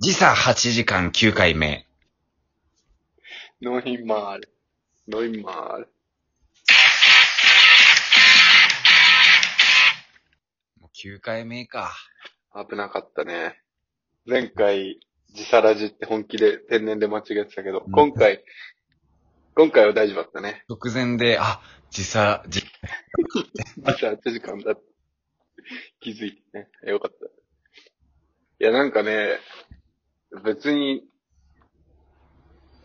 時差8時間9回目。ノイマール。ノイマール。もう9回目か。危なかったね。前回、自サラジって本気で、天然で間違えてたけど、うん今回、今回は大丈夫だったね。直前で、あ、時差、時朝8時間だって気づいてね。よかった。いや、なんかね、別に、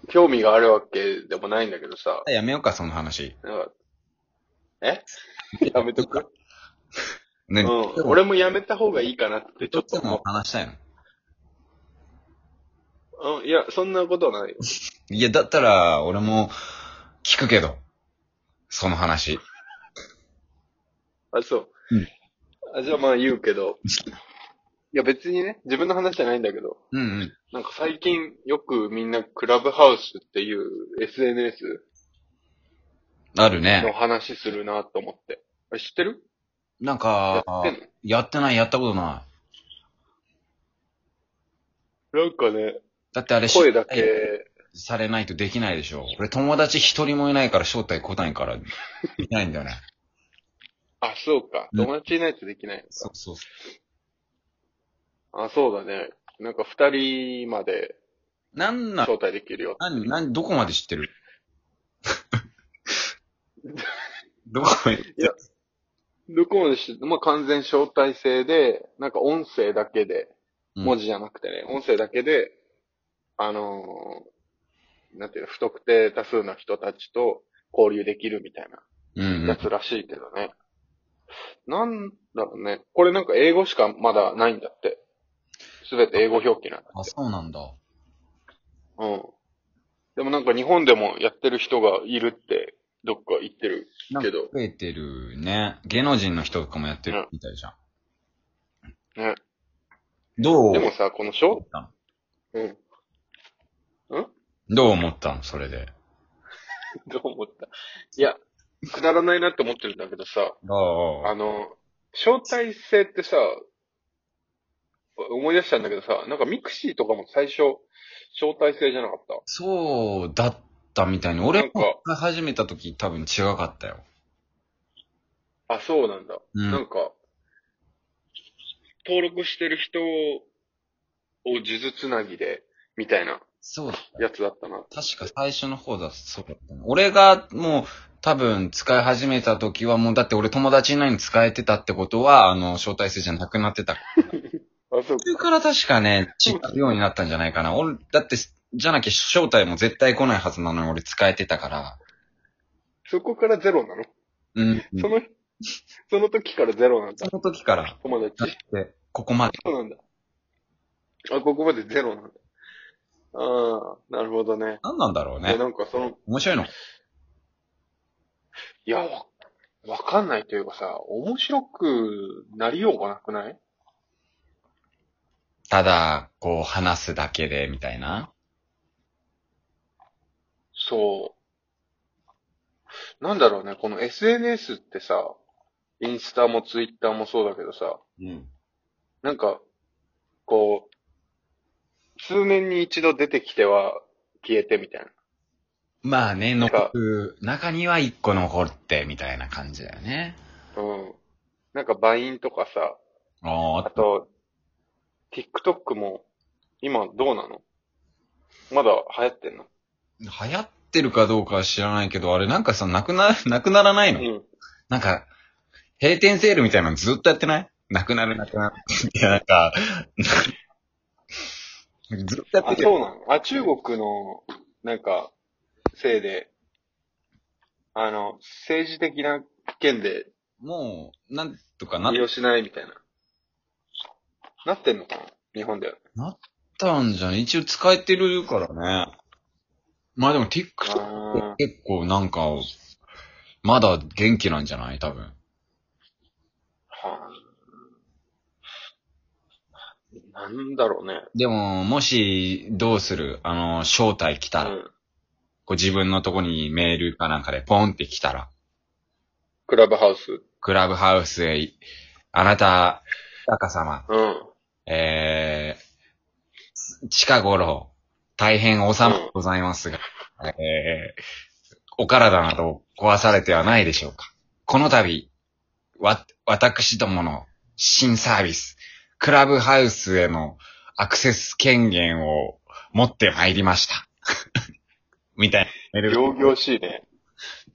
興味があるわけでもないんだけどさ、やめようか、その話。なんかえやめとく、うね、ん、俺もやめた方がいいかなってちちょょっっとと思もう。話したいの。うん、いや、そんなことはないよ。いや、だったら、俺も、聞くけど。その話。あ、そうう。あじゃあまあ言うけど。いや別にね、自分の話じゃないんだけど、うんうん。なんか最近よくみんなクラブハウスっていう SNS あるのね。話するなと思って。あ知ってるなんやか、ってんのやってない、やったことない。なんかね、だってあれ、声だ招待け、されないとできないでしょ。俺友達一人もいないから招待来ないから、いないんだよね。あ、そうか。うん友達いないとできないのそかう。そうそあ、そうだね。なんか二人までう。なんなん招待できるよ。何、何、どこまで知ってる どこまでどこまでして、まあ、完全招待制で、なんか音声だけで、うん文字じゃなくてね、音声だけで、あのーなんていうの、不特定多数の人たちと交流できるみたいうんなうやん。つらしいけどね。なんだろうね。これなんか英語しかまだないんだって。すべて英語表記なんだあ、って。そうなんだ。うん。でもなんか日本でもやってる人がいるって、どっか言ってるなんかけど。増えてるね。芸能人の人とかもやってるみたいじゃん。ね。どうでもさ、この招思ったのうん。どう思ったのそれで。 どう思ったいや、くだらないなって思ってるんだけどさ、あああ。の、招待制ってさ、思い出したんだけどさ、なんかミクシーとかも最初、招待制じゃなかったそうだったみたいに。な俺んかも始めた時多分違かったよ。あ、そうなんだ。うんなんか、登録してる人を数珠つなぎで、みたいなそうだ。やつだったな。確か最初の方だとそうだったな。俺がもう多分使い始めた時はもうだって俺友達いないのに使えてたってことは、あの、招待制じゃなくなってた。あ、そう途中から確かね、違うようになったんじゃないかな。俺、だって、じゃなきゃ招待も絶対来ないはずなのに俺使えてたから。そこからゼロなの、うん。その、その時からゼロなんだそ。の時から、友だ達。って、ここまで。そうなんだ。あ、ここまでゼロなんだ。ああ、なるほどね。何なんだろうねね。なんかその、面白いの。いや、わ、わかんないというかさ、面白くなりようがなくないただ、こう話すだけで、みたいな。そう。なんだろうね、この SNS ってさ、インスタもツイッターもそうだけどさ、うん。なんか、こう、数年に一度出てきては消えてみたいな。まあね、なんか残る、中には一個残って、みたいな感じだよね。うん。なんかバインとかさ、あああ、と、TikTok も、今どうなのまだ流行ってんの流行ってるかどうかは知らないけど、あれなんかさ、なくな、 なくならないの、うん。なんか、閉店セールみたいなのずっとやってないなくなるなくなる。いや、なんか、 ずっとやってあ、るよそうなのあ、中国の、なんか、せいで、あの、政治的な件でもう、なんとかなっ利用しないみたいな。なってんのかな日本では。たんじゃん。一応使えてるからね。まあでも TikTok あー結構なんか、まだ元気なんじゃない多分。はあなんだろうね。でも、もし、どうするあの、招待来たら、うん。こう自分のとこにメールかなんかでポンって来たら、クラブハウス。クラブハウスへい、あなた、高様、うん。えー、近頃、大変おさまでございますが、えーお体など壊されてはないでしょうか。この度、わ、私どもの新サービス、クラブハウスへのアクセス権限を持ってまいりました。 みたいな。行々しいね。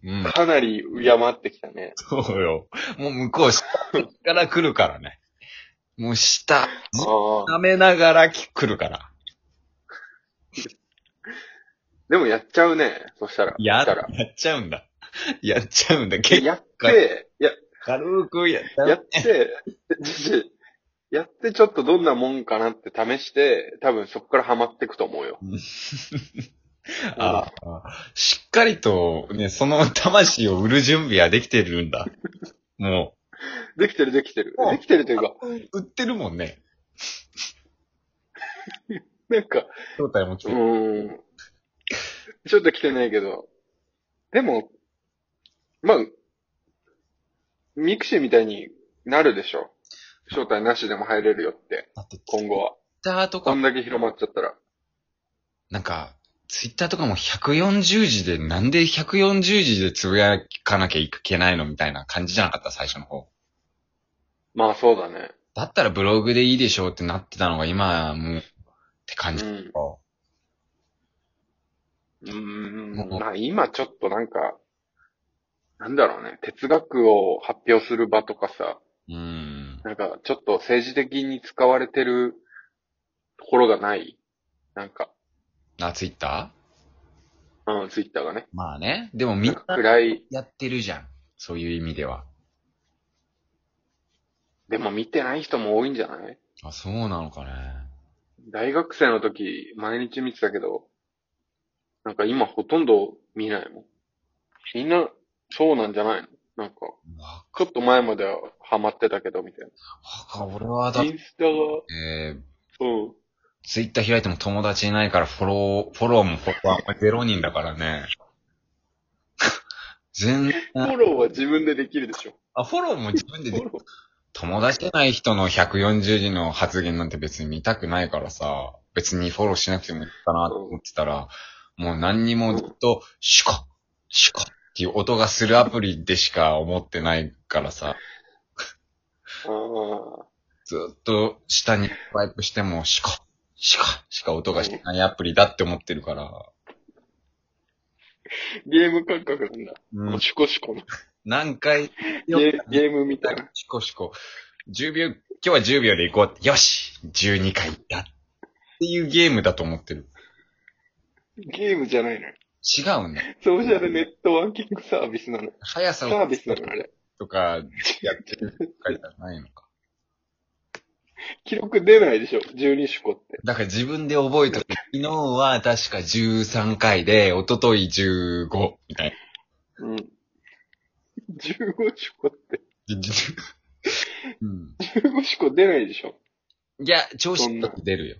うん。かなり敬ってきたね。そうよ。もう向こう下から来るからね。もう下、ずっとああ。舐めながら来るから。でもやっちゃうね。そしたら。や、そしたら。やっちゃうんだ。やっちゃうんだ。結構やって、や、軽くやっちゃう。やって、 じやってちょっとどんなもんかなって試して、多分そこからハマっていくと思うよ。ああしっかりと、ね、その魂を売る準備はできてるんだ。もできてるできてるう。んできてるというか、う、売ってるもんね。なんか、正体も来うてる。ーん。ちょっと来てないけど。でも、まあ、ミクシーみたいになるでしょ。招待なしでも入れるよって、だって、ツイ今後は。ッターとこかん、だけ広まっちゃったら。なんか、ツイッターとかも140字で、なんで140字でつぶやかなきゃいけないのみたいな感じじゃなかった、最初の方。まあそうだね。だったらブログでいいでしょうってなってたのが今、もう、って感じ。うん。うーもんうまあ今ちょっとなんか、なんだろうね、哲学を発表する場とかさ、うん。なんかちょっと政治的に使われてるところがない。なんか、あ、ツイッタうん、ツイッターがねー。まあね。でもみなんんかな暗い。やってるじゃん。そういう意味では。でも見てない人も多いんじゃないあ、そうなのかね。大学生の時、毎日見てたけど、なんか今ほとんど見ないもん。みんな、そうなんじゃないのなんか、わちょっと前まではハマってたけど、みたいか、俺はだな。っイて、ンスタが、えー、うん。ツイッター開いても友達いないからフォロー、フォローもフォロワーも0人だから ね。全フ然、ォローは自分でできるでしょ。あ、フォローも自分でフでォロー。友達じゃない人の140字の発言なんて別に見たくないからさ、別にフォローしなくてもいいかなと思ってたら、もう何にもずっと、シュコシュコっていう音がするアプリでしか思ってないからさ、あずっと下にスワイプしても、シュコシュコしか音がしないアプリだって思ってるから、あ、ゲーム感覚なんだ。うん、シコシコの。何回、ゲーゲームみたいな。シコシコ、10秒、今日は10秒で行こう。よし !12 回だっていうゲームだと思ってる。ゲームじゃないのよ。違うんだ。ソーシャルネットワーキングサービスなのよ。速さサをービスなのよあれ。とか、やってるとかじゃないのか。記録出ないでしょ。12シコって。だから自分で覚えとく。昨日は確か13回で、一昨日15みたいうん。15シコって。な。 うん、 15シコ出ないでしょ。いや、調子だって出るよ。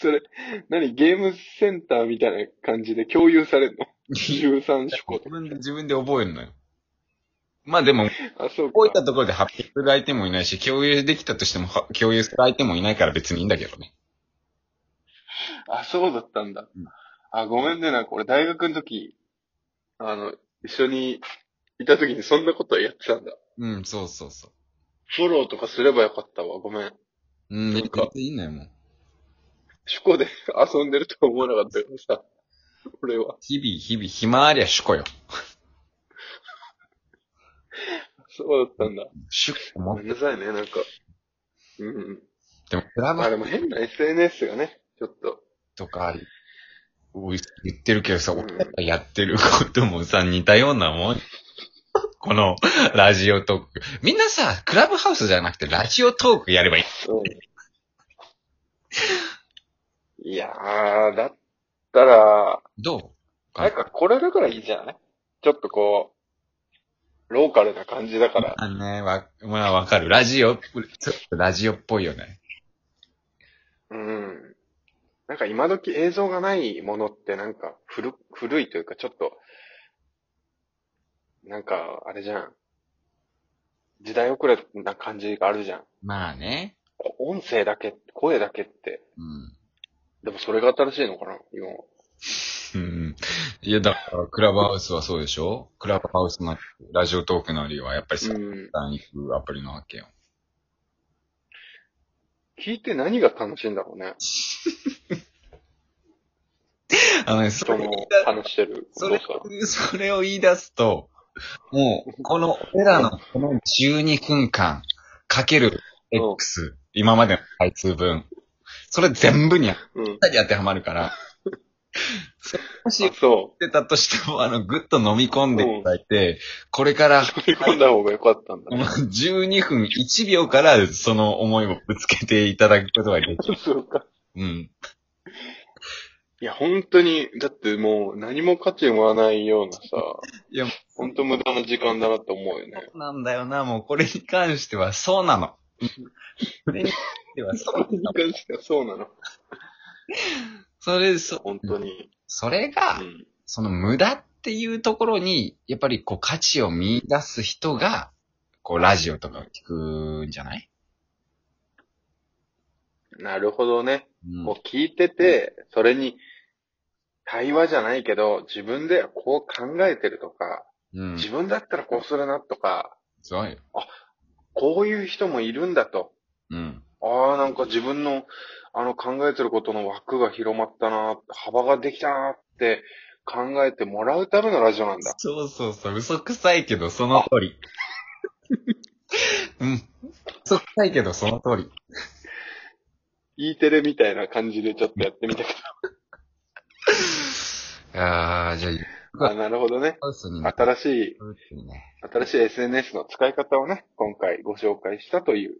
それ、何ゲームセンターみたいな感じで共有されるの ?13 シコ自分で、自分で覚えるのよ。まあでも、あ、そうこういったか。ところで発表する相手もいないし、共有できたとしてもは共有する相手もいないから別にいいんだけどね。あ、そうだったんだうん。あ、ごめんね。なんか俺大学の時、あの、一緒にいた時にそんなことやってたんだ。うん、そうそうそフォローとかすればよかったわ。ごめん。う。うん、な別んかにいいのよ、もう。趣向で遊んでるとは思わなかったからさ。俺は。日々、日々、暇ありゃ主語よ。そうだったんだ。主語ごもめ。んなさいね、なんか。うんうん。でも、クラブまあでも変な SNS がね、ちょっと。とか、おい言ってるけどさ、うん俺らがやってることもさ、似たようなもん。この、ラジオトーク。みんなさ、クラブハウスじゃなくて、ラジオトークやればいい。うん。いやー、だったら、どうなんかこれだからいいじゃないちょっとこう、ローカルな感じだから。あね、わ、まあわかる。ラジオ、ちょっとラジオっぽいよね。うん。なんか今時映像がないものってなんか古、古いというかちょっと、なんかあれじゃん。時代遅れな感じがあるじゃん。まあね。こ音声だけ、声だけって。うん。でもそれが新しいのかな今は。うん。いや、だから、クラブハウスはそうでしょクラブハウスなり、ラジオトークなりは、やっぱりうさ、ん。ダに行くアプリなわけよ。聞いて何が楽しいんだろうね。あのね、そ人れの話してるこそとれさ。、それを言い出すと、もう、この、俺らのこの12分間、かける X、今までの回数分、それ全部にぴっうん。たり当てはまるから、もし言あっそてたとしても、あの、ぐっと飲み込んでいただいて、これから、う。取り込んだ方が良かったんだこね。の12分1秒からその思いをぶつけていただくことができる。そうか。うん。いや、本当に、だってもう何も価値生まないような さ、いや、本当無駄な時間だなって思うよね。そうなんだよな、もうこれに関してはそうなの。これに関してはそうなにの。関してはそうなの。それ、そ、本当に。それうが、ん。その無駄っていうところに、やっぱりこう価値を見出す人が、こうラジオとかを聞くんじゃないなるほどね。うんもう聞いてて、それに、対話じゃないけど、自分ではこう考えてるとか、うん。自分だったらこうするなとか、そうよ。こういう人もいるんだと。うん。ああ、なんか自分の、あの考えてることの枠が広まったな、幅ができたなって考えてもらうためのラジオなんだ。そうそうそう、嘘くさいけどその通り。うん。嘘くさいけどその通り。 E テレみたいな感じでちょっとやってみたけああ、じゃあ、ど。あなるほどね。ハウスに新しい、そうですね新しい SNS の使い方をね、今回ご紹介したという